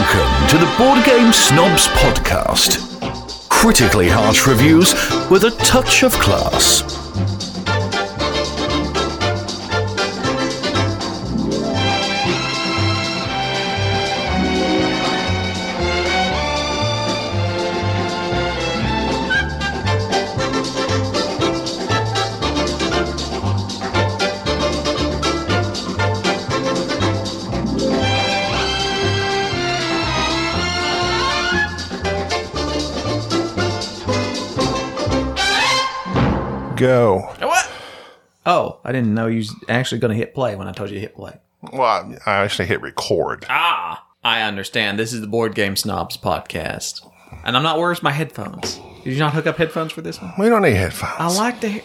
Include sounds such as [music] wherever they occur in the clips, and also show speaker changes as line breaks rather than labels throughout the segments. Welcome to the Board Game Snobs Podcast. Critically harsh reviews with a touch of class.
go.
What? Oh, I didn't know you was actually going to hit play when I told you to hit play.
Well, I actually hit record.
Ah, I understand. This is the Board Game Snobs podcast. And I'm not where's my headphones. Did you not hook up headphones for this one?
We don't need headphones.
I like to hear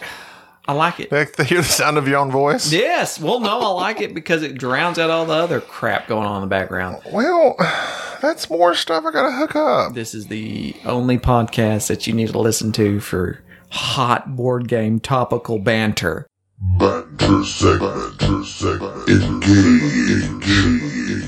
I like it.
Like to hear the sound of your own voice.
Yes. Well, no, I like it because it drowns out all the other crap going on in the background.
Well, that's more stuff I gotta hook up.
This is the only podcast that you need to listen to for hot board game topical banter.
Banter segment. Banter segment. Engage. Engage.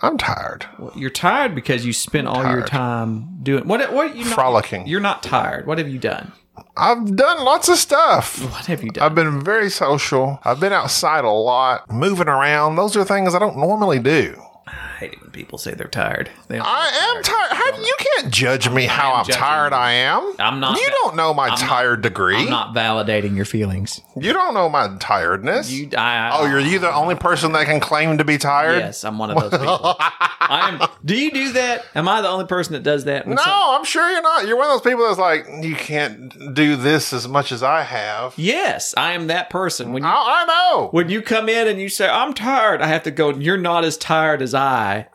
I'm tired.
You're tired because you spent all your
tired.
time doing what what you
Frolicking.
You're not tired. What have you done?
I've done lots of stuff.
What have you done?
I've been very social. I've been outside a lot, moving around. Those are things I don't normally do.
I hate it when people say they're tired. They don't-
I am tired. How, you can't judge me how I'm
judging
tired
you.
I am.
I'm not-
You don't know my
I'm not-
tired degree.
I'm not validating your feelings.
You don't know my tiredness.
You, I,
oh, you're you the only person that can claim to be tired?
Yes, I'm one of those
[laughs]
people. I am. Do you do that? Am I the only person that does that? When
No,
some-
I'm sure you're not. You're one of those people that's like, you can't do this as much as I have.
yes, I am that person. When you,
I, I know.
when you come in and you say I'm tired, I have to go. You're not as tired as
[sighs]
I,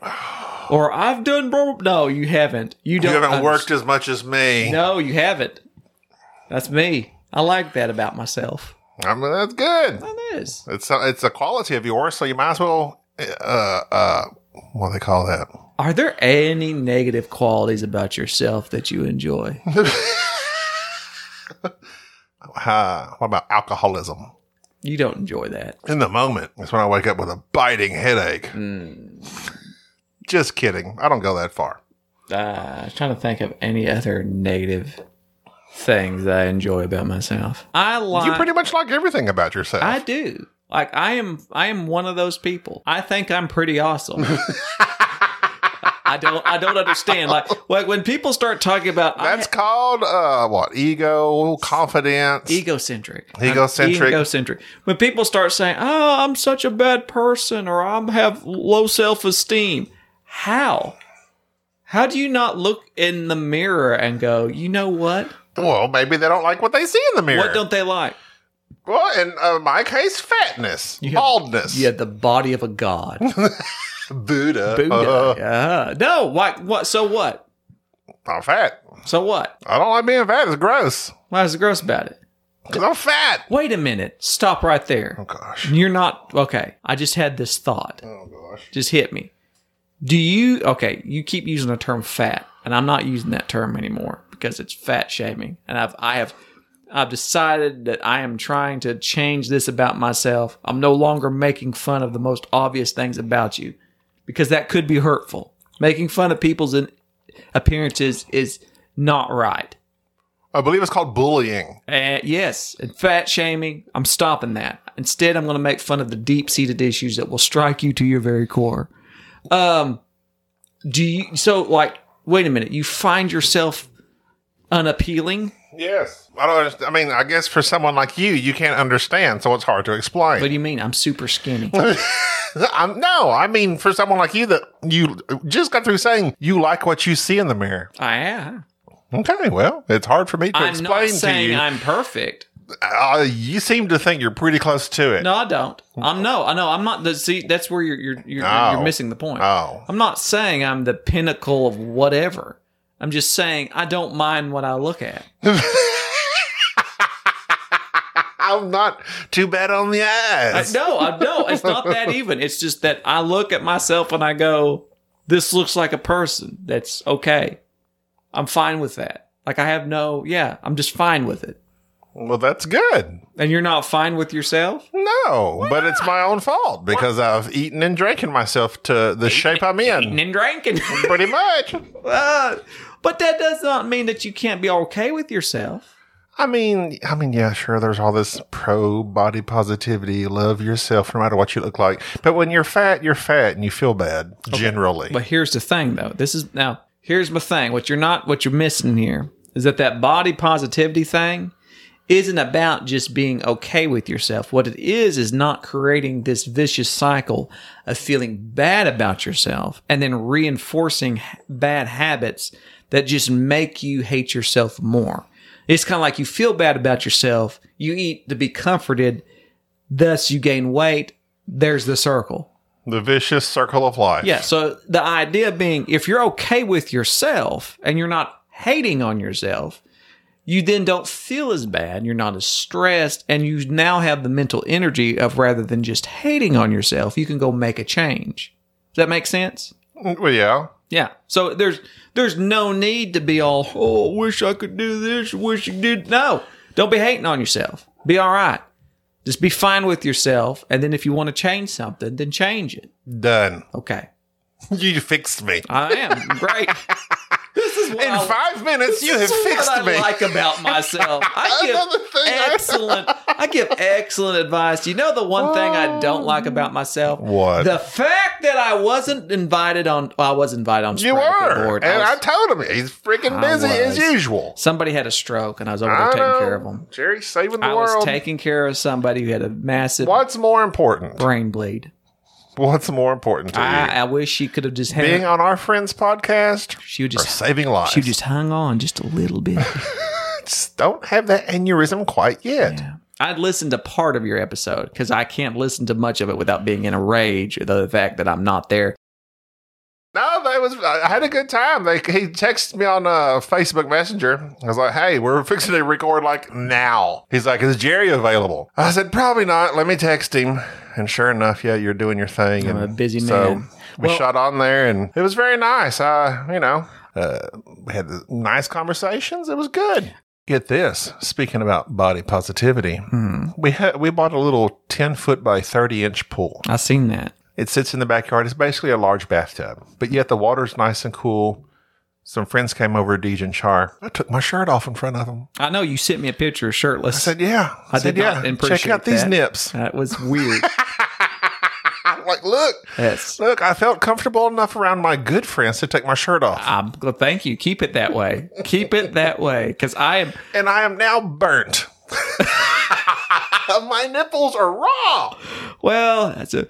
or I've done. Bro- no, you haven't. You
You
don't.
haven't
underst-
worked as much as me.
No, you haven't. That's me. I like that about myself.
I mean, that's good.
That is.
It's a, it's a quality of yours, so you might as well. Uh, uh, what do they call that?
Are there any negative qualities about yourself that you enjoy?
Uh, what about alcoholism?
You don't enjoy that.
In the moment, that's when I wake up with a biting headache.
Hmm.
Just kidding. I don't go that far.
Uh, I was trying to think of any other negative things that I enjoy about myself. I like.
You pretty much like everything about yourself.
I do. Like I am. I am one of those people. I think I'm pretty
[laughs]
awesome. I don't. I don't understand. Like, like when people start talking about I
that's called uh, what? Ego, confidence.
egocentric.
Egocentric.
Egocentric. When people start saying, "Oh, I'm such a bad person," or "I'm have low self esteem," how? How do you not look in the mirror and go, "You know what?
Well, maybe they don't like what they see in the mirror.
What don't they like?
well, in uh, my case, fatness,
You have-
baldness,
You have the body of a [laughs] god, Uh-huh.
Buddha.
Buddha.
Uh,
Yeah. no, what? What? So what?
I'm fat.
So what?
I don't like being fat. It's gross.
Why is it gross about it?
Because I'm fat.
Wait a minute. Stop right there.
Oh, gosh.
You're not okay. I just had this thought.
Oh, gosh.
just hit me. Do you okay? You keep using the term fat, and I'm not using that term anymore because it's fat shaming, and I've I have I've decided that I am trying to change this about myself. I'm no longer making fun of the most obvious things about you because that could be hurtful. Making fun of people's in- appearances is not right.
I believe it's called bullying.
Uh, yes, and fat shaming. I'm stopping that. Instead, I'm going to make fun of the deep seated issues that will strike you to your very core. Um, do you? So, like, wait a minute. You find yourself unappealing,
Yes. I don't understand. I mean, I guess for someone like you, you can't understand, so it's hard to explain.
What do you mean? I'm super skinny.
[laughs] I'm, no, I mean, for someone like you that you just got through saying you like what you see in the mirror.
I am.
Okay, well, it's hard for me to
I'm not
explain to
saying
you.
I'm perfect.
uh, you seem to think you're pretty close to it.
No, I don't. I'm no. I know. I'm not. The, see, that's where you're you're you're,
Oh.
you're missing the point.
Oh.
I'm not saying I'm the pinnacle of whatever. I'm just saying I don't mind what I look at.
I'm not too bad on the
I,
eyes.
no, I, no, it's not that even. It's just that I look at myself and I go, "This looks like a person. That's okay. I'm fine with that. Like I have no, yeah, I'm just fine with it.
Well, that's good.
And you're not fine with
[laughs]
yourself?
No, but it's my own fault because I've eaten and drinking myself to the shape I'm
Eating
in.
and drinking.
Pretty much.
Uh, [laughs] but that does not mean that you can't be okay with yourself.
I mean, I mean, yeah, sure. There's all this pro body positivity, love yourself no matter what you look like. But when you're fat, you're fat, and you feel bad generally.
But here's the thing, though. This is now. Here's my thing. What you're not, what you're missing here is that that body positivity thing isn't about just being okay with yourself. What it is is not creating this vicious cycle of feeling bad about yourself and then reinforcing h- bad habits that just make you hate yourself more. It's kind of like you feel bad about yourself, you eat to be comforted, thus you gain weight. There's the circle.
the vicious circle of life.
Yeah. So the idea being, if you're okay with yourself and you're not hating on yourself, you then don't feel as bad. You're not as stressed, and you now have the mental energy of rather than just hating on yourself, you can go make a change. Does that make sense?
Well, yeah.
Yeah. So there's there's no need to be all oh, I wish I could do this, wish you did. No, don't be hating on yourself. Be all right. Just be fine with yourself, and then if you want to change something, then change it.
Done. [laughs]
Okay.
You fixed me.
I am great. [laughs] this is what
In
I,
five minutes, you have
this is
fixed
what
me.
I like about
[laughs]
myself. I
Another
give
thing I- [laughs]
excellent. I give excellent advice. You know the one thing I don't like
Um,
about myself?
What?
The fact that I wasn't invited on. Well, I was invited on.
you
Sprocket
were.
Board.
And
I
I,
was-
told him he's freaking
I
busy as
was.
usual.
somebody had a stroke, and I was over there
I
taking
know.
care of them.
Jerry's saving the
I was
world.
taking care of somebody who had a massive
What's more important?
brain bleed.
What's more important to you?
I, I wish she could have just had.
Being on our friend's podcast
she would
or
just.
saving lives?
She just hung on just a little bit.
Just don't have that aneurysm quite yet.
Yeah. I'd listened to part of your episode because I can't listen to much of it without being in a rage at the fact that I'm not there.
No, that was. I had a good time. They, he texted me on uh, Facebook Messenger. I was like, "Hey, we're [laughs] fixing to record like now." He's like, "Is Jerry available?" I said, "Probably not. Let me text him." And sure enough, yeah, you're doing your thing.
I'm a
and
busy
so
man.
We
Well-
shot on there, and it was very nice. Uh, you know, uh, we had nice conversations. It was good. Get this. Speaking about body positivity, we had we bought a little ten foot by thirty inch pool.
I've seen that.
It sits in the backyard. It's basically a large bathtub, but yet the water's nice and cool. Some friends came over to Deej and Char. I took my shirt off in front of them.
I know you sent me a picture shirtless.
I said, "Yeah, I, said,
did not
yeah. Check
appreciate
out these
that.
[laughs] nips."
that was weird.
I'm like, look,
Yes.
look. I felt comfortable enough around my good friends to take my shirt off,
I'm, well, thank you. Keep it that way. Keep it that way because I am.
and I am now burnt. [laughs] my nipples are raw. [laughs]
Well, that's a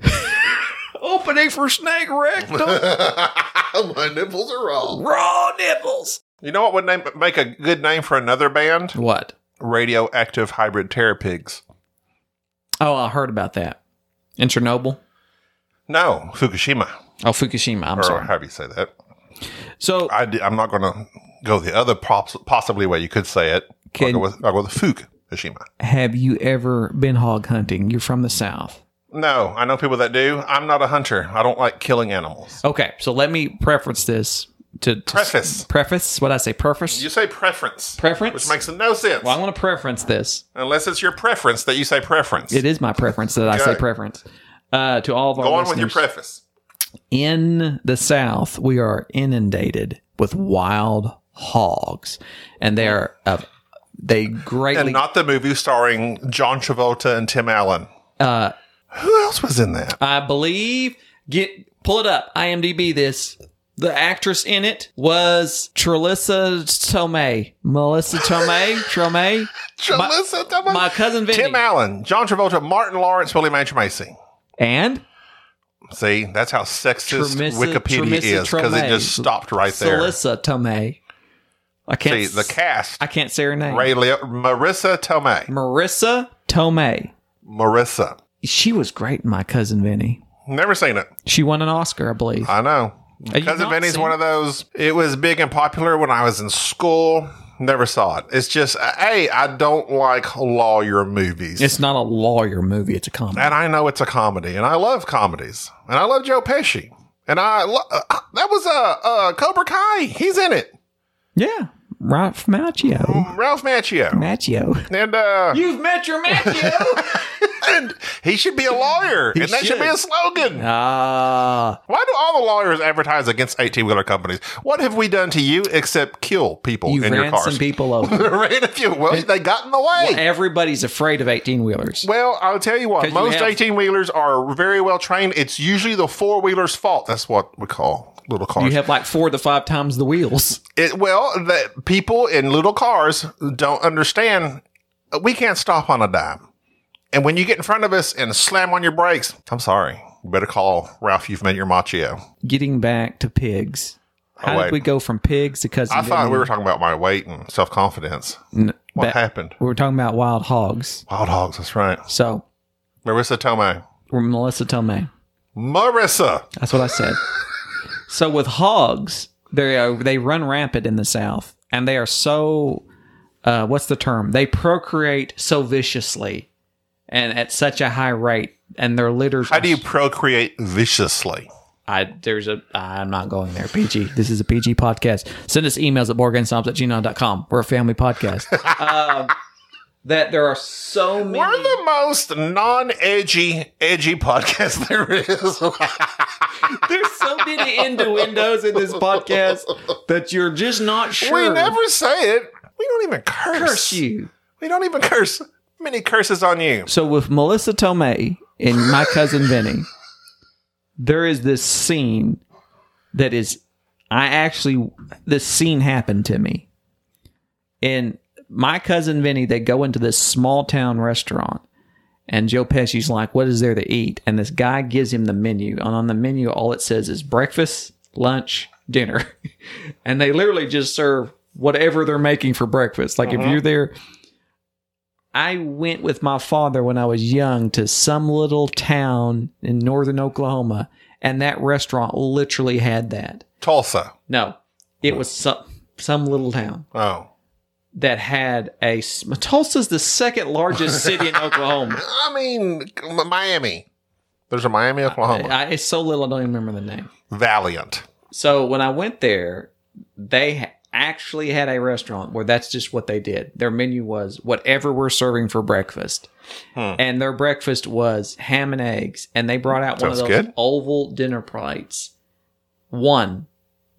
[laughs] opening for snake
[laughs]
rectum.
my nipples are raw.
Raw nipples.
You know what would name, make a good name for another band?
What?
Radioactive Hybrid Terrapigs.
Oh, I heard about that in Chernobyl.
No, Fukushima.
Oh, Fukushima. I'm
or
sorry.
however you say that.
So
I am not going to go the other poss- possibly way you could say it.
Can-
I'll go with, I'll go with Fukushima.
Have you ever been hog hunting? You're from the South.
No, I know people that do. I'm not a hunter. I don't like killing animals.
Okay, so let me preference this to, to
Preface.
Preface what I say. Preface.
You say preference.
Preference?
Which makes no sense.
well, I want to preference this.
Unless it's your preference that you say preference.
It is my preference that I say
Okay.
preference uh, to all of our
Go on with your
listeners.
preface.
in the South, we are inundated with wild hogs, and they are of they
And
greatly
not the movie starring John Travolta and Tim Allen. Uh, Who else was in that?
I believe get pull it up. IMDb this. The actress in it was Trelissa Tomei. Melissa Tomei. Tomei.
[laughs] Jalissa Dumas?
My cousin Vinny.
Tim Allen, John Travolta, Martin Lawrence, William H. Macy.
and
See, that's how sexist
Tremissa-
Wikipedia
Tremissa
is because it
Tremay.
just stopped right there.
Celissa Tomei. I
See,
can't.
the cast:
I can't say her name.
Ray Leo, Marissa Tomei,
Marissa Tomei.
Marissa.
She was great in My Cousin Vinny.
Never seen it.
She won an Oscar, I believe.
I know.
Have you
Cousin
not
Vinny's
seen
one of those. It was big and popular when I was in school. Never saw it. It's just, hey, I don't like lawyer movies.
It's not a lawyer movie. It's a comedy.
and I know it's a comedy, and I love comedies, and I love Joe uh, Pesci, and I lo- uh, that was a uh, Cobra Kai. He's in it.
yeah. Ralph Macchio.
Ralph Macchio.
Macchio.
And uh,
You've met your Macchio.
and he should be a lawyer, and that should be a slogan.
[laughs] Ah,
Why do all the lawyers advertise against eighteen wheeler companies? What have we done to you except kill people
you
in your
ran
cars?
some people
[laughs]
over.
ran a few. Well, they got in the way.
Everybody's afraid of eighteen wheelers.
Well, I'll tell you
'Cause
what,
you
most
have-
18 wheelers are very well trained. It's usually the four wheeler's fault. That's what we call little
You
cars.
have like four to five times the wheels.
it, well, that people in little cars don't understand uh, we can't stop on a dime. And when you get in front of us and slam on your brakes, I'm sorry. You better call Ralph. You've met your machio.
Getting back to pigs. How
Oh, wait.
did we go from pigs to cousin?
I thought
Vinny?
we were talking about my weight and self confidence.
N-
What
back-
happened?
We were talking about wild hogs.
Wild hogs. That's right.
So
Marissa Tomei.
we're Melissa Tomei.
Marissa.
That's what I
[laughs]
said. so with hogs, they are, they run rampant in the South, and they are so uh, what's the term? They procreate so viciously and at such a high rate, and their litters.
How do you procreate viciously?
I there's a I'm not going there. PG. This is a PG podcast. Send us emails at borgainstomps at gmail.com. We're a family podcast. [laughs] um, that there are so many.
We're the most non-edgy, edgy podcast [laughs] there is.
There's so many innuendos in this podcast that you're just not sure.
we never say it. We don't even curse.
curse you.
We don't even curse. Many curses on you.
So with Melissa Tomei in My Cousin Vinny, there is this scene that is I actually this scene happened to me. In My Cousin Vinny, they go into this small town restaurant and Joe Pesci's like, "What is there to eat?" And this guy gives him the menu, and on the menu all it says is breakfast, lunch, dinner. [laughs] and they literally just serve whatever they're making for breakfast. Like if you're there I went with my father when I was young to some little town in northern Oklahoma, and that restaurant literally had that.
Tulsa.
No, it was some some little town
Oh.
that had a s- Tulsa's the second largest city in Oklahoma.
I mean, M- Miami. There's a Miami, Oklahoma.
I, it's so little I don't even remember the name.
Valiant.
So when I went there, they ha- actually had a restaurant where that's just what they did. Their menu was whatever we're serving for breakfast.
Hmm.
And their breakfast was ham and eggs. And they brought out one of
Sounds
those
good.
oval dinner plates. One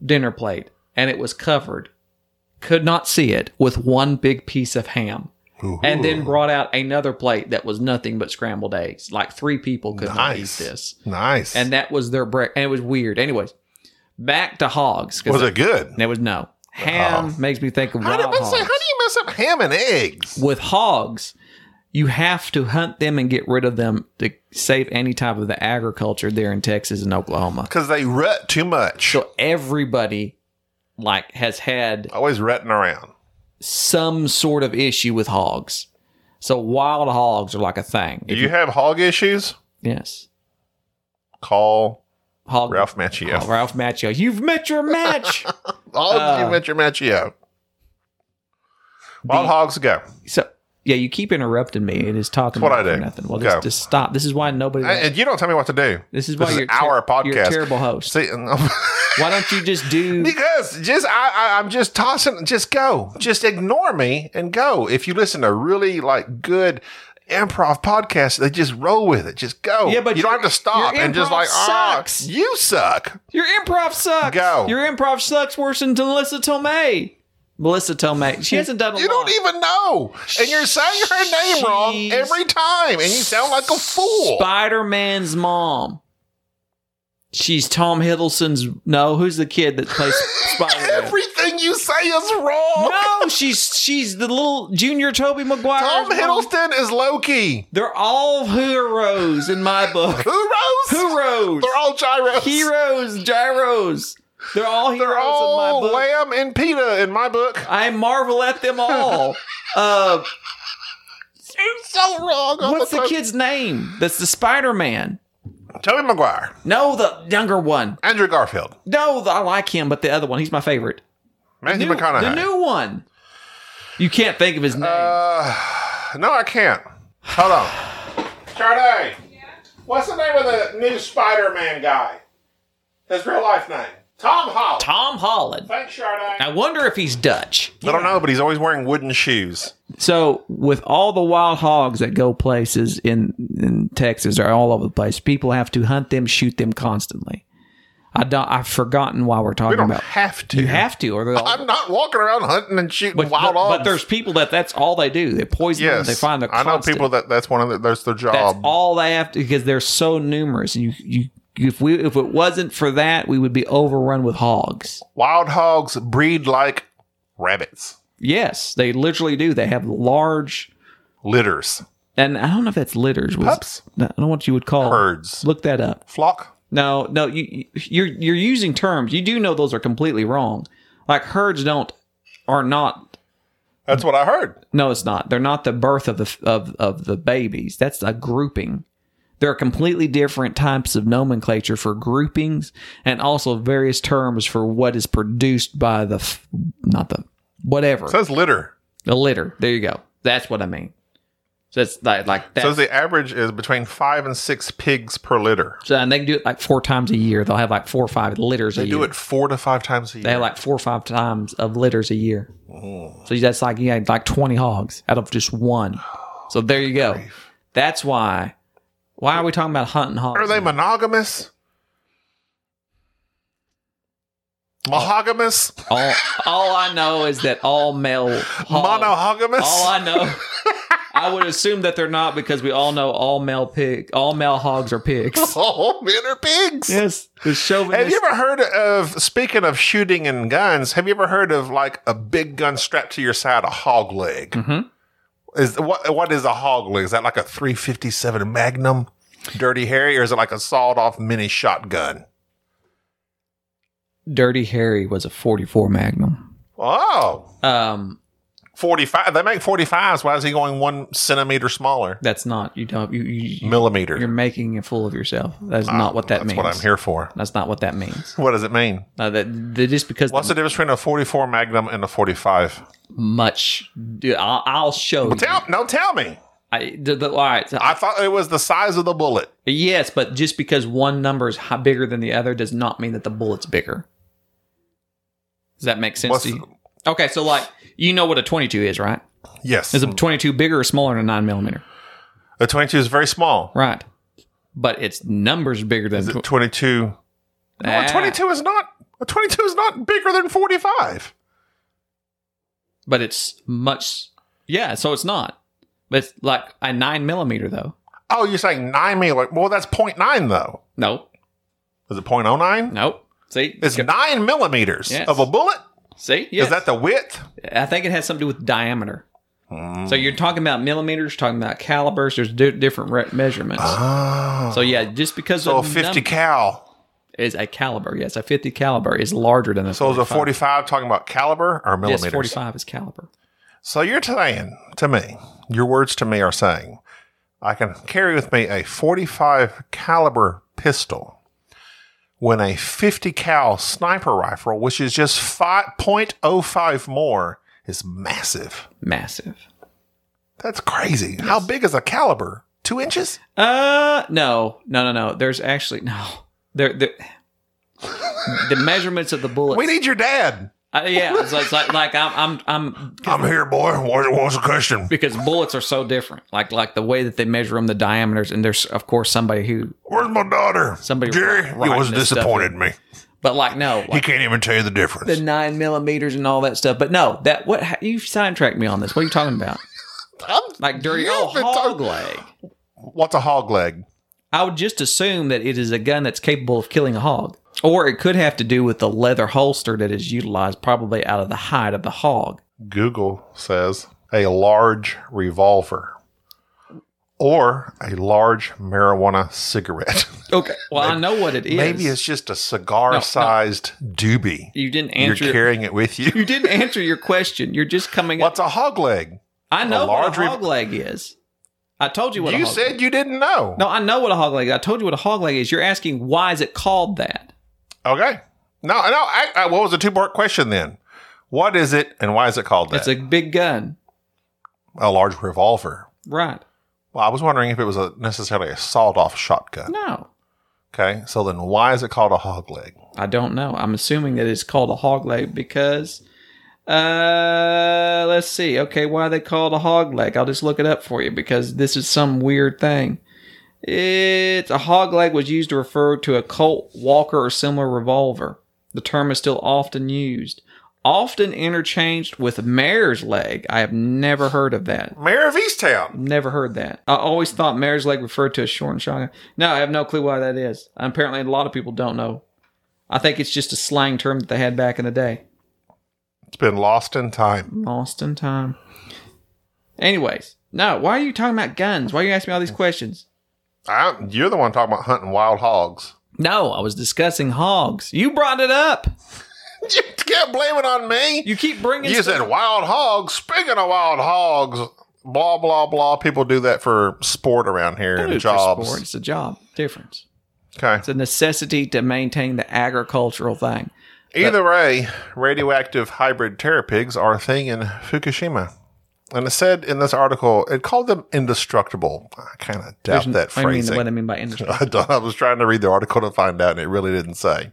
dinner plate. And it was covered, could not see it, with one big piece of ham. And then brought out another plate that was nothing but scrambled eggs. Like three people could not eat
Nice.
this.
Nice.
And
And
that was their break. And it was weird. Anyways, back to hogs. 'cause
was it good?
There was no ham. Makes me think of
How,
wild
did, I
hogs.
say, how do you mess up ham and eggs?
With hogs, you have to hunt them and get rid of them to save any type of the agriculture there in Texas and Oklahoma.
Because they rut too much.
So everybody like has had
Always rutting around.
some sort of issue with hogs. So wild hogs are like a thing.
Do you have hog issues?
yes.
Call
Hog
Ralph Macchio.
Oh, Ralph Macchio. You've met your
[laughs]
match.
All of you
Uh,
met your Machio. Wild
The-
hogs go.
So yeah, you keep interrupting me. It is talking
That's what
about
I
for
do.
nothing. Well,
Go.
just, just stop. This is why nobody.
And you don't tell me what to do.
this is why
This is
you're ter-
our podcast.
You're a terrible
[laughs]
host.
See, um,
Why don't you just do?
because just I, I, I'm just tossing. Just go. Just ignore me and go. If you listen to really like good improv podcasts, they just roll with it. Just go.
Yeah, but
you don't have
your-
to stop
your
and just
improv
like ah,
sucks."
you suck.
Your improv sucks.
Go.
Your improv sucks worse than Melissa Tomei. Melissa Tomei. She hasn't done a
You
lot.
don't even know, and you're saying her name wrong
She's-
every time, and you sound like a fool.
Spider Man's mom. She's Tom Hiddleston's. No, who's the kid that
[laughs]
plays Spider Man?
Everything you say is wrong. [laughs]
No, she's she's the little junior Toby Maguire.
Tom Hiddleston is Loki.
They're all heroes in my book.
Who rose?
Heroes.
[laughs] They're all gyros.
heroes, gyros. They're all heroes
They're all
in my book.
lamb and pita in my book.
I marvel at them
[laughs]
all. Uh,
You're so wrong. all
what's the
time.
kid's name? That's the Spider Man.
Tobey Maguire,
No, the younger one.
Andrew Garfield,
No, the, I like him, but the other one. He's my favorite.
Matthew
New-
McConaughey.
the new one. You can't think of his name.
uh, no, I can't. Hold on. Charday, what's the name of the new Spider-Man guy? His real life name. Tom Holland.
Tom Holland.
Thanks, Sharday.
I wonder if he's Dutch.
I don't know, but he's always wearing wooden shoes.
So, with all the wild hogs that go places in, in Texas or all over the place, people have to hunt them, shoot them constantly. I don't, I've forgotten why we're talking
We don't
about.
have to.
you have to, or they'll.
I'm not walking around hunting and shooting
but,
wild
but,
hogs.
but there's people that that's all they do. They poison them.
yes,
They find the.
I know
constant-
people that um, that's one of the, that's their
That's
job.
all they have to because they're so numerous. And you, you, if we, if it wasn't for that, we would be overrun with hogs.
wild hogs breed like rabbits,
Yes, they literally do. They have large,
litters,
and I don't know if that's litters. Was,
Pups?
I don't know what you would call
herds,
Look that up.
flock.
No, no, you, you're you're using terms. You do know those are completely wrong. Like herds don't are not.
That's what I heard.
No, it's not. They're not the birth of the of of the babies. That's a grouping. There are completely different types of nomenclature for groupings, and also various terms for what is produced by the f- not the whatever
It says litter.
the litter. There you go. That's what I mean. So it's like like that.
Says the average is between five and six pigs per litter.
so, and they can do it like four times a year. They'll have like four or five litters a
They
year.
do it four to five times a year.
They have like four or five times of litters a year.
Oh.
So that's like you had like twenty hogs out of just one. So there you go. That's why. Why are we talking about hunting hogs?
Are they
now?
monogamous?
Oh.
Monogamous?
all, all I know is that all male hogs.
Monogamous?
Oh. all
[laughs]
I know. I would assume that they're not because we all know all male pig, all male hogs are
[laughs]
pigs.
All Oh, men are pigs.
yes, the chauvinist.
Have you ever heard of, speaking of shooting and guns, have you ever heard of like a big gun strapped to your side, a hog leg?
Mhm.
Is what What is a hog leg? Is that like a 357 Magnum Dirty Harry or is it like a sawed off mini shotgun?
Dirty Harry was a forty-four Magnum.
Oh,
Um,
45. They make 45s. Why is he going one centimeter smaller?
that's not you don't you, you you-
Millimeter.
You're making a fool of yourself. That's not what that
Ah, That's
means.
what I'm here for.
That's not what that means.
What does it mean?
Uh, that, that just because
What's the difference between a 44 Magnum and a 45?
much, dude, I'll, I'll show you.
Tell, no, tell me.
I, the, the, all right, so-
I thought it was the size of the bullet.
yes, but just because one number is hi- bigger than the other does not mean that the bullet's bigger. Does that make sense
What's
to you? Okay, so like you know what a twenty-two is, right?
Yes.
Is a twenty-two bigger or smaller than a nine millimeter?
A 22 is very small.
Right, but its numbers bigger than
Is it
tw-
22? No,
Ah.
a 22 is not. A 22 is not bigger than 45.
but it's much. Yeah, so it's not. But it's like a nine millimeter though.
Oh, you're saying 9 millimeter. Well, that's 0.9 though.
Nope,
Is it 0.09?
nope. See,
It's 9 millimeters
Yes.
of a bullet.
see, yes.
Is that the width?
I think it has something to do with diameter.
Hmm.
So you're talking about millimeters, talking about calibers. There's di- different re- measurements.
Oh.
so yeah, just because
So a
of
50 cal.
is a caliber, yes, a 50 caliber is larger than a
So is a
45.
45 talking about caliber or millimeters?
Yes, 45 is caliber.
So you're saying to me, your words to me are saying, I can carry with me a 45 caliber pistol when a 50 cal sniper rifle, which is just 5.05 more, is massive.
Massive.
That's crazy. How big is a caliber? Two inches?
Uh, no, no, no, no. There's actually no. There, there. the measurements of the bullets.
We need your dad.
Uh, yeah, it's like, it's like, like I'm, I'm, I'm
I'm here, boy. What, what's the question?
because bullets are so different. Like, like the way that they measure them, the diameters, and there's of course somebody who,
Where's my daughter?
Somebody
Jerry,
writing
he was
this stuff
disappointed in me.
but like no, like,
He can't even tell you the difference.
the nine millimeters and all that stuff. But no, that what how, you sidetracked me on this. What are you talking about?
I'm-
um, Like [laughs] dirty
You've
old
been
hog
talking-
leg.
What's a hog leg?
I would just assume that it is a gun that's capable of killing a hog, or it could have to do with the leather holster that is utilized, probably out of the hide of the hog.
Google says a large revolver or a large marijuana cigarette. [laughs]
Okay, well I know what it is.
Maybe it's just a cigar sized doobie.
you didn't
You're
answer.
carrying it with you.
[laughs] you didn't answer your question. You're just coming up.
What's a hog leg?
I know
large
what a
rev-
hog leg is. I told you what
you
a hog
said you didn't know.
No, I know what a hog leg. is. I told you what a hog leg is. You're asking why is it called that?
Okay. No, no. I, I, what was the two part question then? What is it and why is it called that?
It's a big gun,
a large revolver.
right?
Well, I was wondering if it was a necessarily a sawed off shotgun.
No,
Okay. So then why is it called a hog leg?
I don't know. I'm assuming that it's called a hog leg because, uh, let's see. Okay, why are they called a hog leg? I'll just look it up for you because this is some weird thing. It's a hog leg was used to refer to a Colt, Walker, or similar revolver. The term is still often used, often interchanged with mare's leg. I have never heard of that.
Mayor of Easttown.
Never heard that. I always thought mare's leg referred to a shortened shotgun. No, I have no clue why that is. Apparently, a lot of people don't know. I think it's just a slang term that they had back in the day.
It's been lost in time.
Lost in time. Anyways, no, why are you talking about guns? Why are you asking me all these questions?
I, you're the one talking about hunting wild hogs.
No, I was discussing hogs. You brought it up.
[laughs] You can't blame it on me.
You keep bringing.
You said
stuff-
wild hogs. Speaking of wild hogs, blah blah blah. People do that for sport around here
Dude,
and
for
jobs.
sport, It's a job difference.
Okay.
It's a necessity to maintain the agricultural thing.
Either way, radioactive hybrid terror pigs are a thing in Fukushima. And it said in this article, it called them indestructible. I kind of doubt that
I mean,
phrasing.
what I mean by industry.
[laughs] I, don't, I was trying to read the article to find out, and it really didn't say.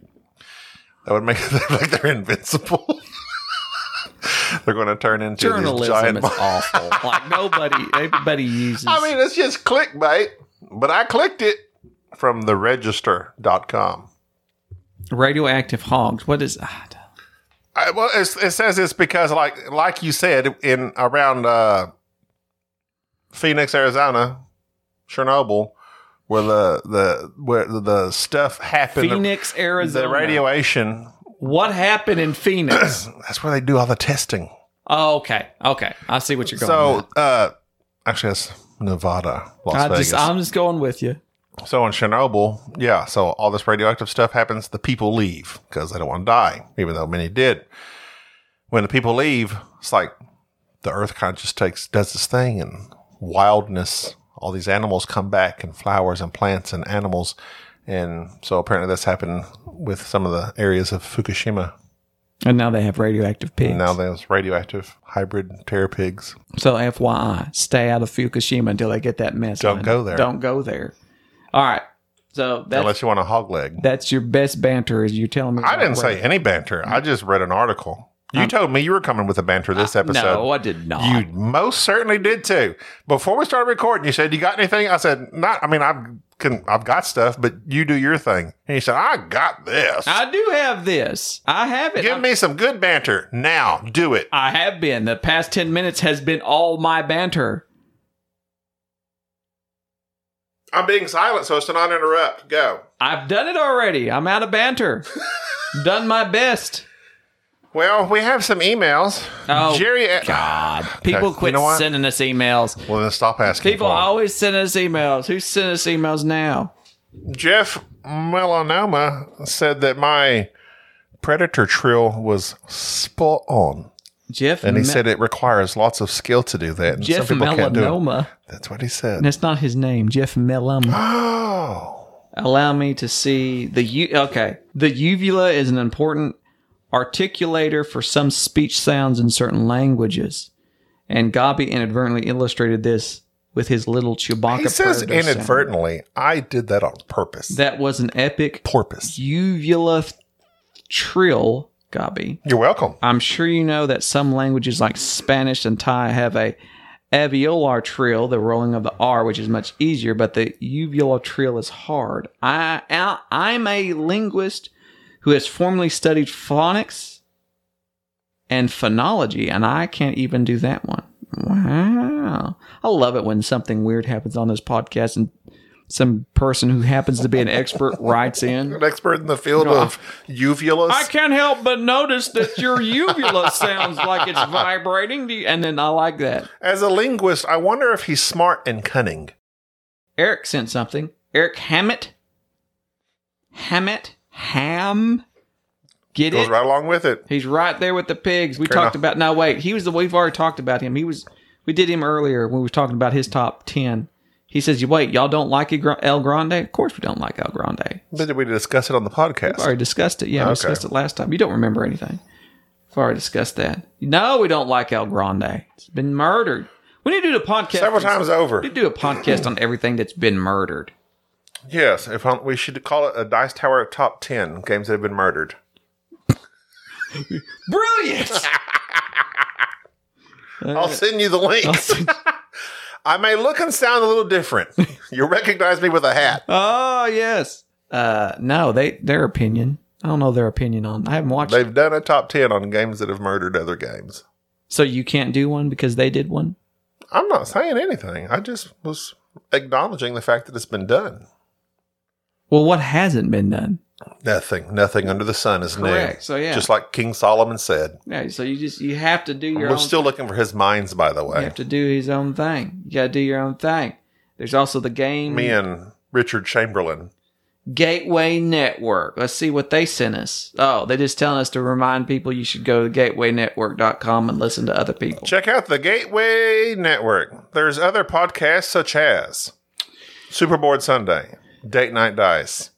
That would make [laughs] it look like they're invincible. [laughs] they're going to turn into these
Journalism
giant.
is
[laughs]
awful. like nobody, everybody uses.
I mean, it's just clickbait, but I clicked it from theregister.com.
radioactive hogs. What is ah, that?
I, well, it's, it says it's because, like, like you said, in around uh, Phoenix, Arizona, Chernobyl, where the the where the, the stuff happened,
Phoenix,
the,
Arizona.
the radiation.
What happened in
[clears throat]
Phoenix?
[laughs] That's where they do all the testing.
oh, okay, okay. I see what you're going. with.
So, uh, actually, that's Nevada, Las
I
Vegas.
just, I'm just going with you.
so in Chernobyl, yeah. So all this radioactive stuff happens. The people leave because they don't want to die, even though many did. When the people leave, it's like the Earth kind of just takes does this thing, and wildness. All these animals come back, and flowers, and plants, and animals. And so apparently that's happened with some of the areas of Fukushima.
And now they have radioactive pigs.
Now there's radioactive hybrid terror pigs.
So FYI, stay out of Fukushima until they get that mess.
Don't
on.
go there.
Don't go there. All right. So that's
Unless you want a hog leg.
that's your best banter. Is you're telling me?
I didn't
about
say any banter. I just read an article. You told me you were coming with a banter this episode.
Uh, No, I did not.
You most certainly did too. Before we started recording, you said you got anything. I said not. I mean, I've can I've got stuff, but you do your thing. And you said I got this.
I do have this. I have it.
Give
I'm-
me some good banter now. Do it.
I have been. The past 10 minutes has been all my banter.
I'm being silent so as to not interrupt. Go.
I've done it already. I'm out of
[laughs]
banter. done my best.
Well, we have some emails.
Oh,
Jerry. uh,
God. People
You
quit
know what?
sending us emails.
Well, then stop asking.
People
for 'em.
always send us emails. Who sent us emails now?
Jeff Melanoma said that my Predator trill was spot on,
Jeff
and he
Me-
said it requires lots of skill to do that. And
Jeff
some people can't do it.
Melanoma.
That's what he said.
That's not his name. Jeff Melanoma.
Oh,
Allow me to see the u- okay. The uvula is an important articulator for some speech sounds in certain languages, and Gabi inadvertently illustrated this with his little Chewbacca.
he says
predator sound.
inadvertently. I did that on purpose.
That was an epic
Porpoise.
uvula th- trill, Gabi.
You're welcome.
I'm sure you know that some languages like Spanish and Thai have a alveolar trill, the rolling of the R, which is much easier, but the uvular trill is hard. I, I, I'm a linguist who has formerly studied phonics and phonology, and I can't even do that one. Wow. I love it when something weird happens on this podcast and some person who happens to be an expert writes in.
An expert in the field of uvulas.
I can't help but notice that your
[laughs]
uvula sounds like it's vibrating. Do you- and then I like that.
As a linguist, I wonder if he's smart and cunning.
Eric sent something. Eric Hammett. Hammett. Ham. Get
Goes
it?
right along with it.
He's right there with the pigs. We
Fair
talked
enough.
about. No, wait. He was the. We've already talked about him. He was. We did him earlier when we were talking about his top ten. He says, "You wait, y'all don't like El Gr- El Grande? Of course we don't like El Grande.
Did we discuss it on the
We've
podcast?
already discussed it. Yeah, we
Okay.
discussed it last time. You don't remember anything. We've already discussed that. No, we don't like El Grande. It's been murdered. We need to do a podcast
Several times over.
We need to do a podcast on everything that's been murdered.
Yes, if on- we should call it a Dice Tower top ten games that have been murdered.
Brilliant.
I'll send you
[laughs]
the links. I may look and sound a little different. You recognize me with a hat.
[laughs] Oh yes. Uh, no, they their opinion. I don't know their opinion on. I haven't watched. it.
They've done a top ten on games that have murdered other games.
So you can't do one because they did one.
I'm not saying anything. I just was acknowledging the fact that it's been done.
Well, what hasn't been done?
Nothing, nothing under the sun is
Correct.
new.
So, yeah.
just like King Solomon said.
Yeah. So you just you have to do your
We're
own.
still looking for his mines, by the
you
way.
have to do his own thing. You got to do your own thing. There's also the game
Me and Richard Chamberlain.
Gateway Network. Let's see what they sent us. Oh, they just telling us to remind people you should go to gatewaynetwork.com and listen to other people.
Check out the Gateway Network. There's other podcasts such as Superboard Sunday, Date Night Dice,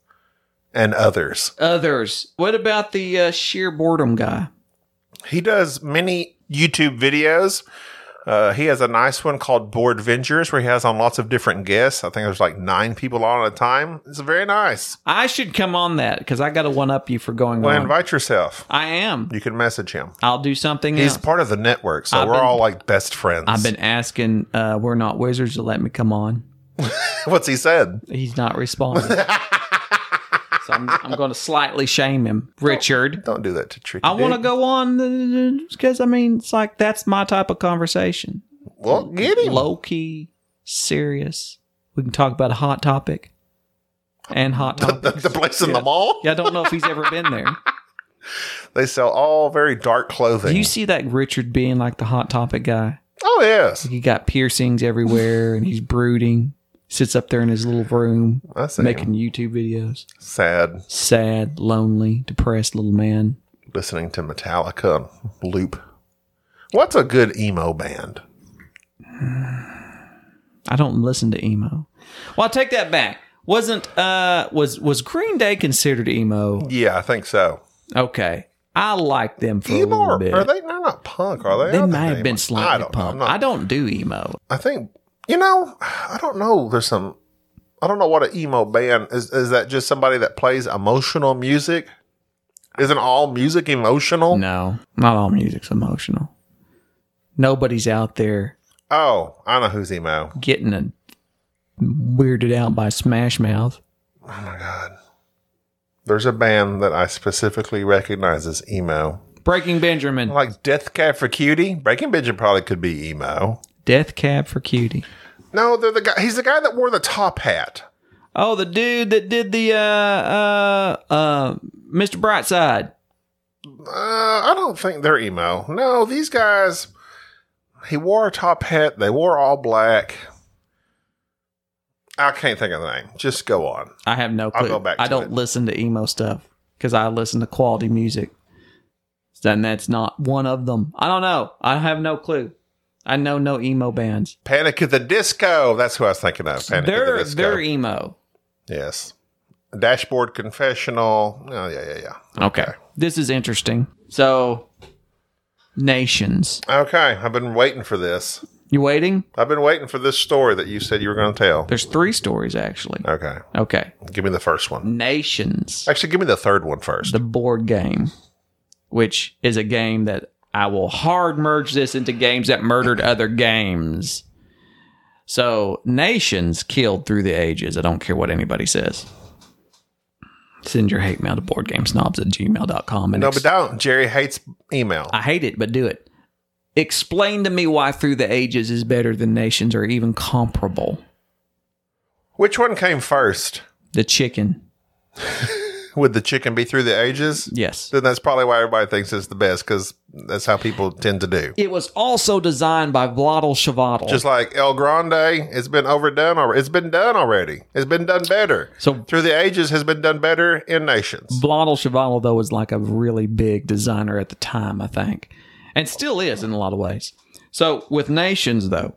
and others.
Others. What about the uh, sheer boredom guy?
He does many YouTube videos. Uh, he has a nice one called Board Ventures where he has on lots of different guests. I think there's like nine people on at a time. It's very nice.
I should come on that because I got to one up you for going
Well,
on.
invite yourself.
I am.
You can message him.
I'll do something
He's
else.
part of the network, so
I've
we're
been-
all like best friends.
I've been asking. Uh, we're not wizards to let me come on.
[laughs] What's he said?
He's not
[laughs]
responding. so I'm, I'm going to slightly shame him, Richard.
Don't do that to tricky.
I want to
Dick.
go on because I mean, it's like that's my type of conversation.
Well, get him.
Low key, serious. We can talk about a hot topic and hot
[laughs] the,
topics.
[laughs] the place in the mall.
yeah, I don't know if he's ever been
[laughs]
there.
They sell all very dark clothing.
Do you see that Richard being like the hot topic guy?
oh yes,
He got piercings everywhere and he's brooding. Sits up there in his little room
I see.
making YouTube videos.
Sad
Sad, lonely, depressed little man.
listening to Metallica and Loop. What's a good emo band?
I don't listen to emo. Well, I take that back. Wasn't uh was was Green Day considered emo?
Yeah, I think so.
Okay. I like them for a
Emo?
little
Are
bit.
are they? They're not punk, are they?
Oh, They
Are
may have
emo?
been
I
slightly
don't know. I'm
punk.
not-
I don't do emo.
I think you know. I don't know. There's some. I don't know what an emo band is. Is that just somebody that plays emotional music? Isn't all music emotional?
No, not all music's emotional. Nobody's out there
Oh, I know who's emo.
getting a weirded out by Smash Mouth.
Oh my god. There's a band that I specifically recognize as emo.
Breaking Benjamin.
Like Death Cab for Cutie. Breaking Benjamin probably could be emo.
Death Cab for Cutie.
No, they're the guy. He's the guy that wore the top hat.
Oh, the dude that did the uh uh uh Mr. Brightside.
Uh, I don't think they're emo. No, these guys. He wore a top hat. They wore all black. I can't think of the name. Just go on.
I have no
I'll
clue.
go back
I
to
don't
it.
listen to emo stuff because I listen to quality music. And that's not one of them. I don't know. I have no clue. I know no emo bands.
Panic at the Disco. That's who I was thinking of. Panic at the
they're
Disco.
they're e- emo.
yes. Dashboard Confessional. Oh, yeah, yeah, yeah.
Okay. This is interesting. So nations.
Okay, I've been waiting for this.
You waiting?
I've been waiting for this story that you said you were going to tell.
There's three stories actually.
Okay,
Okay.
give me the first one.
Nations.
Actually, give me the third one first.
the board game, which is a game that I will hard merge this into games that murdered other games. So nations killed through the ages. I don't care what anybody says. Send your hate mail to boardgamesnobs at gmail.com. And
No,
ex-
but don't. Jerry hates email.
I hate it, but do it. Explain to me why Through the Ages is better than Nations or even comparable.
Which one came first?
The chicken.
Would the chicken be through the ages?
Yes.
Then that's probably why everybody thinks it's the best because that's how people tend to do.
It was also designed by Vladil Shavatal.
Just like El Grande, it's been overdone already. It's been done already. It's been done better.
so
Through the ages has been done better in nations.
Blondel Cheval, though, was like a really big designer at the time, I think, and still is in a lot of ways. So, with Nations, though,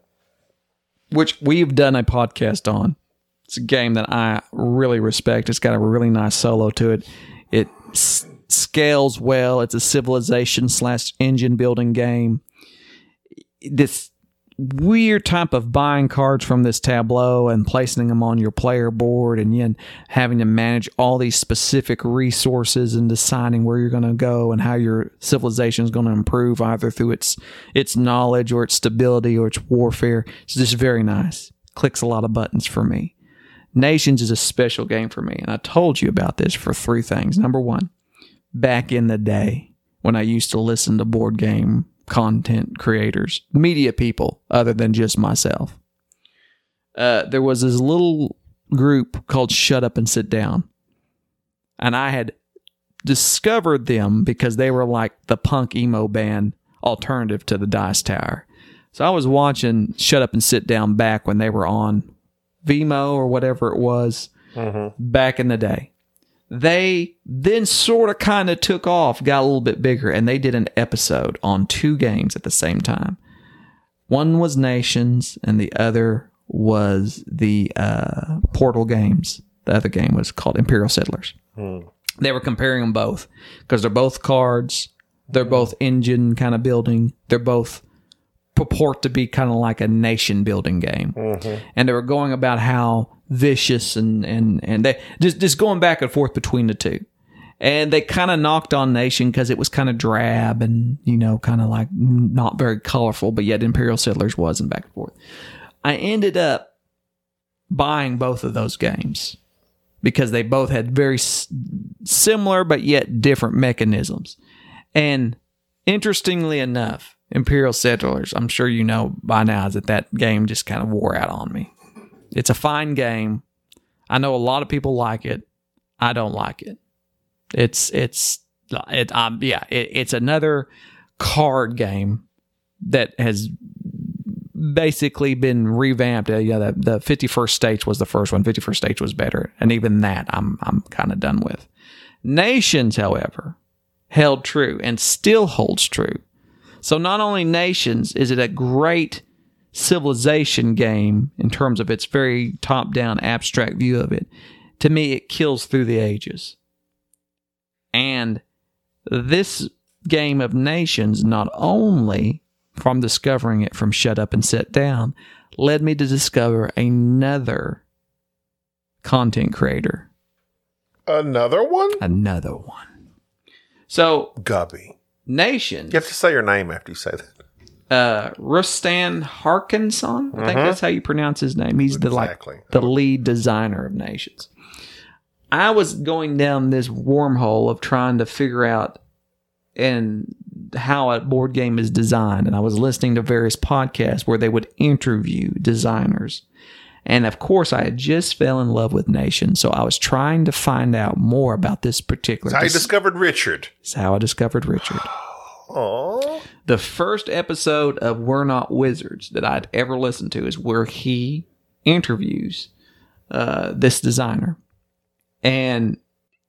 which we've done a podcast on, it's a game that I really respect. It's got a really nice solo to it. It s- scales well. It's a civilization slash engine building game. This weird type of buying cards from this tableau and placing them on your player board and then having to manage all these specific resources and deciding where you're going to go and how your civilization is going to improve either through its its knowledge or its stability or its warfare it's just very nice clicks a lot of buttons for me nations is a special game for me and i told you about this for three things number one back in the day when I used to listen to board game content creators, media people, other than just myself. Uh, there was this little group called Shut Up and Sit Down. And I had discovered them because they were like the punk emo band alternative to the Dice Tower. So I was watching Shut Up and Sit Down back when they were on Vimeo or whatever it was back in the day they then sort of kind of took off, got a little bit bigger, and they did an episode on two games at the same time. One was Nations, and the other was the uh, Portal games. The other game was called Imperial Settlers. They were comparing them both because they're both cards, they're both engine kind of building, they're both purport to be kind of like a nation building game. And they were going about how vicious and, and, and they just, just going back and forth between the two. And they kind of knocked on Nation because it was kind of drab and, you know, kind of like not very colorful, but yet Imperial Settlers was and back and forth. I ended up buying both of those games because they both had very s- similar but yet different mechanisms. And interestingly enough, Imperial Settlers, I'm sure you know by now, is that that game just kind of wore out on me. It's a fine game. I know a lot of people like it. I don't like it. It's it's it um yeah it, it's another card game that has basically been revamped. Uh, yeah, the, the 51st States was the first one. 51st States was better, and even that I'm I'm kind of done with. Nations, however, held true and still holds true. So not only Nations is it a great civilization game in terms of its very top-down abstract view of it. To me, it kills through the ages. And this game of nations not only from discovering it from Shut Up and Sit Down led me to discover another content creator,
Another one?
another one. So,
Guppy.
Nation.
You have to say your name after you say that.
uh, Rustan Harkinson. I think that's how you pronounce his name. He's the
Mm-hmm. Exactly.
like the lead designer of Nations. I was going down this wormhole of trying to figure out and how a board game is designed, and I was listening to various podcasts where they would interview designers. And of course, I had just fell in love with Nations, so I was trying to find out more about this particular.
That's how you
dis-
discovered Richard.
it's how I discovered Richard.
Oh.
The first episode of We're Not Wizards that I'd ever listened to is where he interviews uh, this designer. And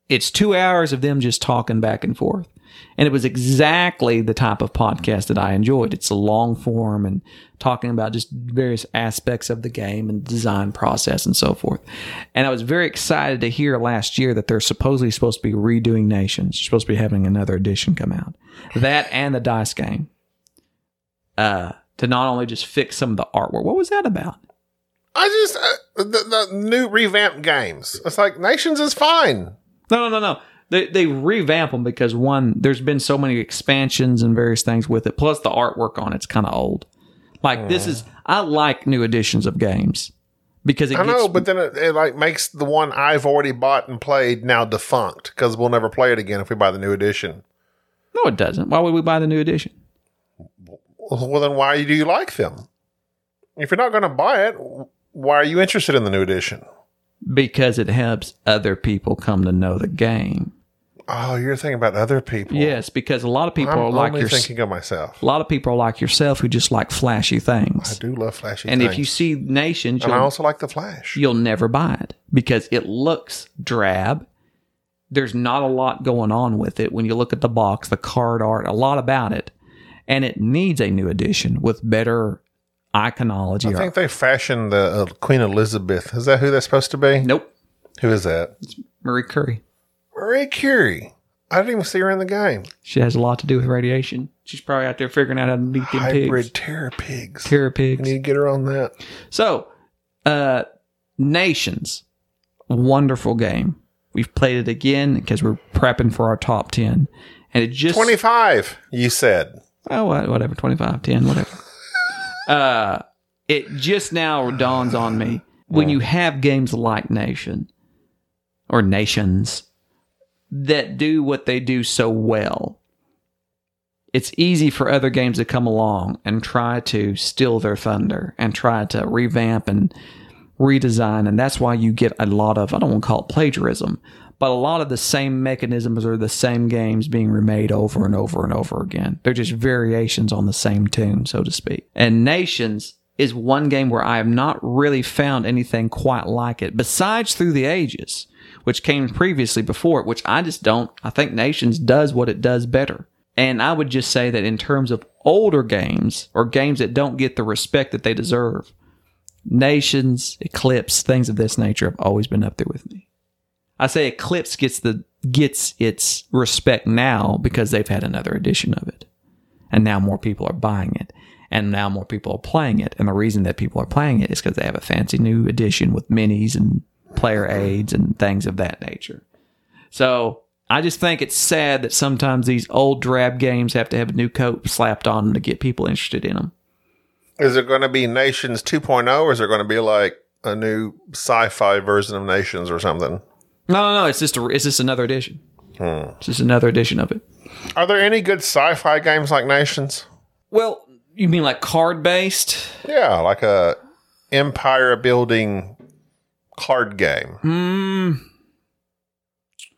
it's two hours of them just talking back and forth. And it was exactly the type of podcast that I enjoyed. It's a long form and talking about just various aspects of the game and design process and so forth. And I was very excited to hear last year that they're supposedly supposed to be redoing Nations, supposed to be having another edition come out. That and the dice game. Uh, to not only just fix some of the artwork. What was that about?
I just, uh, the, the new revamped games. It's like Nations is fine.
No, no, no, no. They they revamp them because one, there's been so many expansions and various things with it. Plus, the artwork on it's kind of old. Like this is, I like new editions of games because it
I
gets
know, but then it, it like makes the one I've already bought and played now defunct because we'll never play it again if we buy the new edition.
no, it doesn't. Why would we buy the new edition?
Well, then why do you like them? If you're not going to buy it, why are you interested in the new edition?
Because it helps other people come to know the game.
Oh, you're thinking about other people.
Yes, because a lot of people
I'm
are like
only
your,
thinking of myself.
a lot of people are like yourself who just like flashy
I
things.
do love flashy
And
things.
if you see nations,
and I
you'll-
also like the Flash.
you'll never buy it because it looks drab. There's not a lot going on with it when you look at the box, the card art, a lot about it. And it needs a new edition with better iconology.
I
or-
think they fashioned the uh, Queen Elizabeth. Is that who that's supposed to be?
nope.
Who is that?
Marie Curie.
Marie Curie. I didn't even see her in the game.
She has a lot to do with radiation. She's probably out there figuring out how to beat them
Hybrid
pigs.
terror pigs.
Terror
I
pigs.
need to get her on that.
So, uh, Nations, wonderful game. We've played it again because we're prepping for our top 10. And it just.
25, you said.
Oh, wha- whatever. 25, 10, whatever. [laughs] uh, it just now dawns on me when you have games like Nation or Nations that do what they do so well. It's easy for other games to come along and try to steal their thunder and try to revamp and redesign. And that's why you get a lot of, I don't want to call it plagiarism, but a lot of the same mechanisms or the same games being remade over and over and over again. They're just variations on the same tune, so to speak. And Nations is one game where I have not really found anything quite like it, besides Through the Ages, which came previously before it, which I just don't. I think Nations does what it does better. And I would just say that in terms of older games or games that don't get the respect that they deserve, nations, eclipse, things of this nature have always been up there with me. I say eclipse gets the gets its respect now because they've had another edition of it. And now more people are buying it. And now more people are playing it. And the reason that people are playing it is because they have a fancy new edition with minis and player aids and things of that nature. So I just think it's sad that sometimes these old drab games have to have a new coat slapped on them to get people interested in them.
Is it going to be Nations 2.0 or is it going to be like a new sci fi version of Nations or something?
No, no, no. It's just a, it's just another edition. It's just another edition of it.
Are there any good sci fi games like Nations?
Well, you mean like card based?
Yeah, like a empire building card game.
Hmm.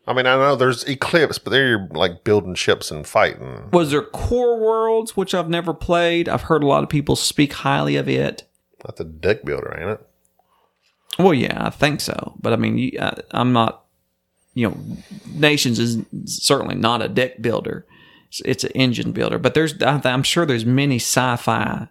I mean, I know there's Eclipse, but there you're like building ships and fighting.
Was there Core Worlds, which I've never played? I've heard a lot of people speak highly of it.
That's a deck builder, ain't it?
Well, yeah, I think so. But I mean, you, I, I'm not. You know, Nations is certainly not a deck builder. It's, it's an engine builder. But there's, I th- I'm sure there's many sci-fi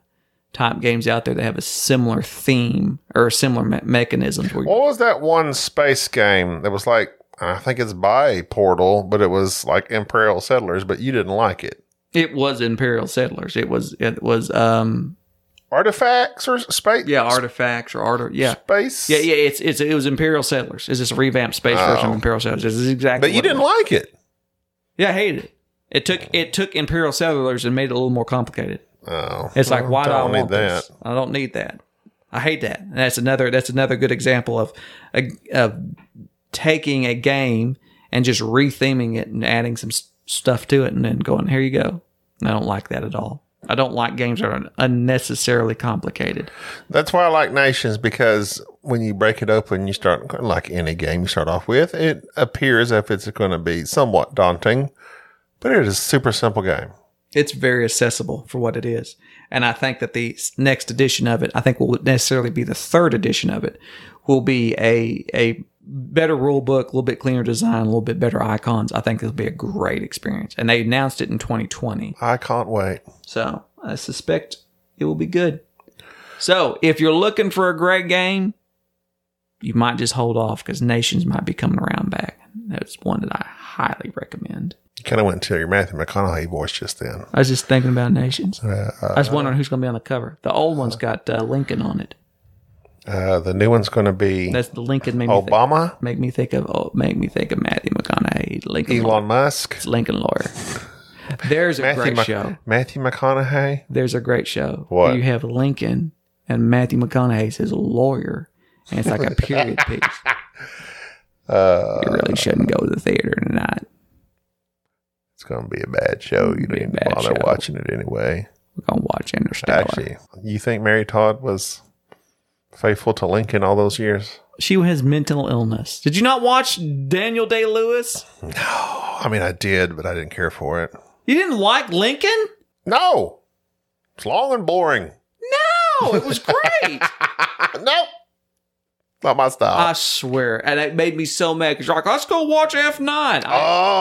type games out there that have a similar theme or similar me- mechanisms. Where
What was that one space game that was like, I think it's by Portal, but it was like Imperial Settlers, but you didn't like it?
It was Imperial Settlers. It was it was um
Artifacts or space?
yeah artifacts or art yeah
Space?
yeah yeah it's it's it was Imperial Settlers. It's this revamped space version
Oh.
of Imperial Settlers. This is exactly what
But you
it
didn't
was.
like it.
yeah I hated it. It took it took Imperial Settlers and made it a little more complicated.
Oh.
It's like why do I
Don't
want
need
this? I don't need that. I hate that. And that's another that's another good example of a, of taking a game and just retheming it and adding some s- stuff to it and then going here you go. And I don't like that at all. I don't like games that are unnecessarily complicated.
That's why I like Nations because when you break it open, you start like any game you start off with, it appears as if it's going to be somewhat daunting, but it is a super simple game.
it's very accessible for what it is. And I think that the s- next edition of it, I think will necessarily be the third edition of it, will be a a better rule book, a little bit cleaner design, a little bit better icons. I think it'll be a great experience. And they announced it in 2020.
I can't wait.
So I suspect it will be good. So if you're looking for a great game, you might just hold off because Nations might be coming around back. That's one that I highly recommend.
You kind of went into your Matthew McConaughey voice just then.
I was just thinking about Nations.
Uh,
I
uh,
was wondering who's going to be on the cover. The old one's got uh, Lincoln on it.
uh, the new one's going to be
That's the Lincoln made me think,
Obama,
make me think of oh, make me think of Matthew McConaughey. Lincoln, lawyer.
Elon Musk,
It's Lincoln lawyer. There's a
Matthew,
great
Mc-
show.
Matthew McConaughey.
There's a great show.
What?
you have Lincoln and Matthew McConaughey's his lawyer, and it's like a
[laughs]
period piece.
Uh,
You really shouldn't go to the theater tonight.
it's going to be a bad show. You don't
Be a
even
bad
bother
show.
watching it anyway.
We're gonna watch Interstellar.
Actually, you think Mary Todd was faithful to Lincoln all those years?
She has mental illness. Did you not watch Daniel Day Lewis?
I mean, I did, but I didn't care for it.
You didn't like Lincoln?
No, [laughs] it's long and boring.
No, it was great.
nope. Not
[laughs]
my
I
style.
swear. And it made me so mad because you're like, let's go watch F9. I,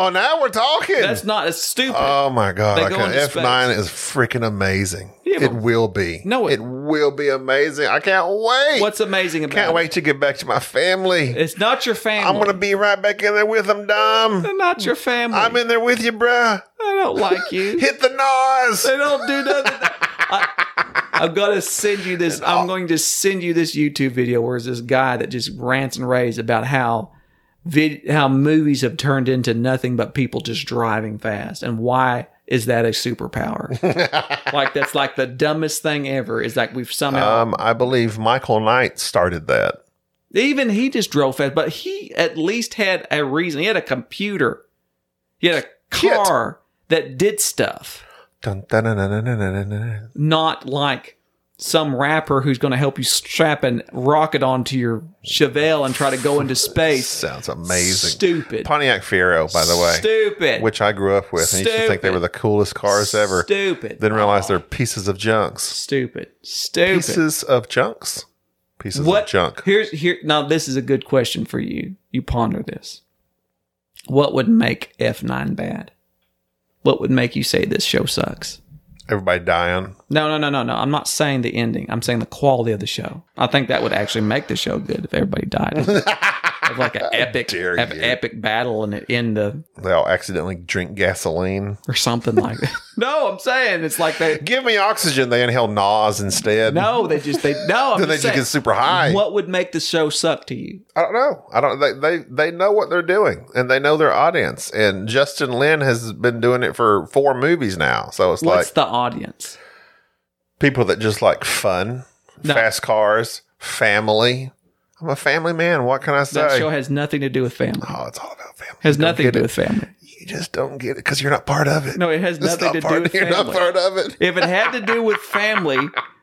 oh, now we're talking.
that's not, that's stupid.
[laughs] oh my god!
They
I
go
couldn't-
into space.
F9 is freaking amazing.
Yeah,
it
but-
will be.
No, it-
it, will be amazing. I can't wait.
What's amazing about
can't
it?
wait to get back to my family.
It's not your family.
I'm gonna be right back in there with them, Dom.
They're not your family.
I'm in there with you, bruh.
I don't like
[laughs]
you.
Hit the nose.
They don't do nothing. I, I'm gonna send you this. I'm going to send you this YouTube video where it's this guy that just rants and raves about how vid, how movies have turned into nothing but people just driving fast, and why is that a
[laughs]
superpower? like that's like the dumbest thing ever. Is like we've somehow
Um, I believe Michael Knight started that.
even he just drove fast, but he at least had a reason. He had a computer. He had a
Shit.
car that did stuff.
Dun, dun, dun, dun, dun, dun, dun, dun.
not like some rapper who's going to help you strap a rocket onto your Chevelle and try to go into space.
Sounds amazing.
Stupid.
Pontiac Fiero, by the way,
Stupid.
which I grew up with, and you should think they
Stupid.
were the coolest cars ever.
Stupid.
Then realize they're pieces of junks.
Stupid. Stupid.
Pieces of junks. Pieces
what
of junk.
Here's here. Now this is a good question for you. You ponder this. What would make F nine bad? What would make you say this show sucks?
Everybody dying.
No, no, no, no, no. I'm not saying the ending. I'm saying the quality of the show. I think that would actually make the show good if everybody
[laughs]
died. Of like an epic,
dare
ep-
you.
epic battle and it in the
They all accidentally drink gasoline.
or something like
[laughs]
that. no, I'm saying it's like they.
Give me oxygen. They inhale Nas instead.
No, they just they. No, I'm
Then they
just
just
saying.
get super high.
What would make the show suck to you?
I don't know. I don't. They, they they know what they're doing, and they know their audience. And Justin Lin has been doing it for four movies now. So it's
What's
like
the audience?
people that just like fun,
No.
fast cars, family. I'm a family man. What can I say?
That show has nothing to do with family.
oh, it's all about family.
Has
You don't
nothing to
get
do
it.
with family.
You just don't get it because you're not part of it.
No, it has
It's
nothing
not
to
part-
do with
You're not
family.
part of it.
If it had to do with family,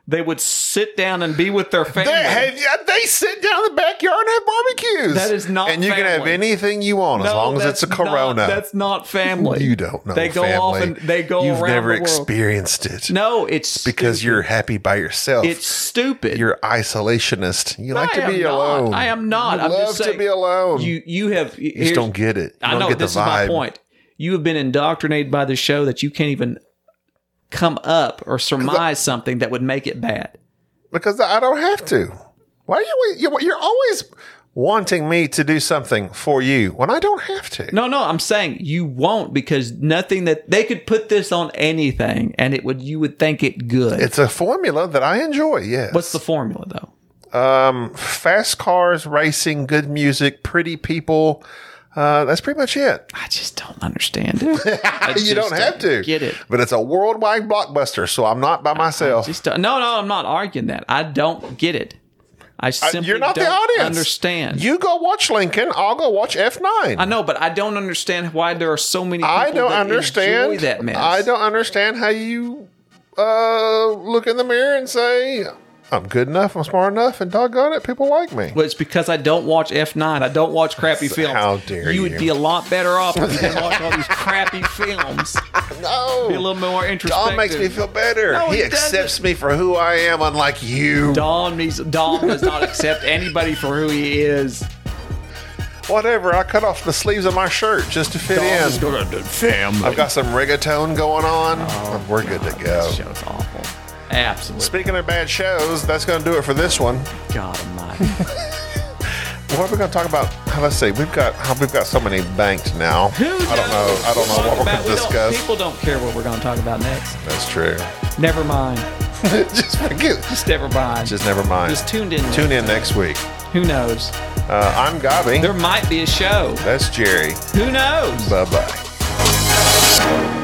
they would sit down and be with their family.
They, have, yeah, they sit down in the backyard and have barbecues.
That is not
And you can have
family.
anything you want as
No,
long as it's a
that's not-
Corona.
that's not family.
You don't know.
They go off
family.
and they go
You've
around
never
the world.
experienced it
No, it's
because
stupid.
you're happy by yourself.
it's stupid.
you're isolationist. You like to
I am
be
not.
alone.
I am not.
You
I'm
love
just
to
saying,
be alone. You,
you you have you
just don't get it. You
I
don't
know
get
this
the
is my
vibe.
point. You have been indoctrinated by the show that you can't even come up or surmise something that would make it bad.
because I don't have to. Why are you? you- You're always wanting me to do something for you when I don't have to.
No, no, I'm saying you won't because nothing that they could put this on anything and it would you would think it good.
It's a formula that I enjoy. Yes.
What's the formula though?
um, fast cars, racing, good music, pretty people. Uh, that's pretty much it.
I just don't understand
[laughs]
it. I just
you don't have to
get it.
but it's a worldwide blockbuster. So I'm not by myself.
Just don't- no, no, I'm not arguing that. I don't get it. I simply
you're not the
don't
audience.
understand.
You go watch Lincoln. I'll go watch F9.
I know, but I don't understand why there are so many. People
I don't
that
understand.
enjoy that mess.
I don't understand how you uh, look in the mirror and say, "I'm good enough. I'm smart enough, and doggone it, people like me."
Well, it's because I don't watch F nine. I don't watch crappy films.
how dare
would
you.
be a lot better off if you
[laughs]
didn't watch all these crappy films. Be a
No,
little more interesting.
Dom makes me feel better.
No,
he,
he
accepts me for who I am, unlike you.
Dom needs. Dom does not accept anybody for who he is.
Whatever. I cut off the sleeves of my shirt just to fit in. I've got some reggaeton going on.
Oh.
We're good to go.
This show's awful. Absolutely.
Speaking of bad shows, that's going to do it for this one.
God Almighty.
What are we going to talk about? How Let's see. We've got how we've got so many banked now.
Who
I don't know. I don't know what we're going
about-
to
we don't-
discuss.
People don't care what we're going to talk about next.
That's true. [laughs]
Never mind.
just forget.
Just never mind.
Just never mind.
Just tuned in.
tune in next week.
Who knows?
Uh, I'm Gobby.
There might be a show.
That's Jerry.
Who knows?
Bye bye.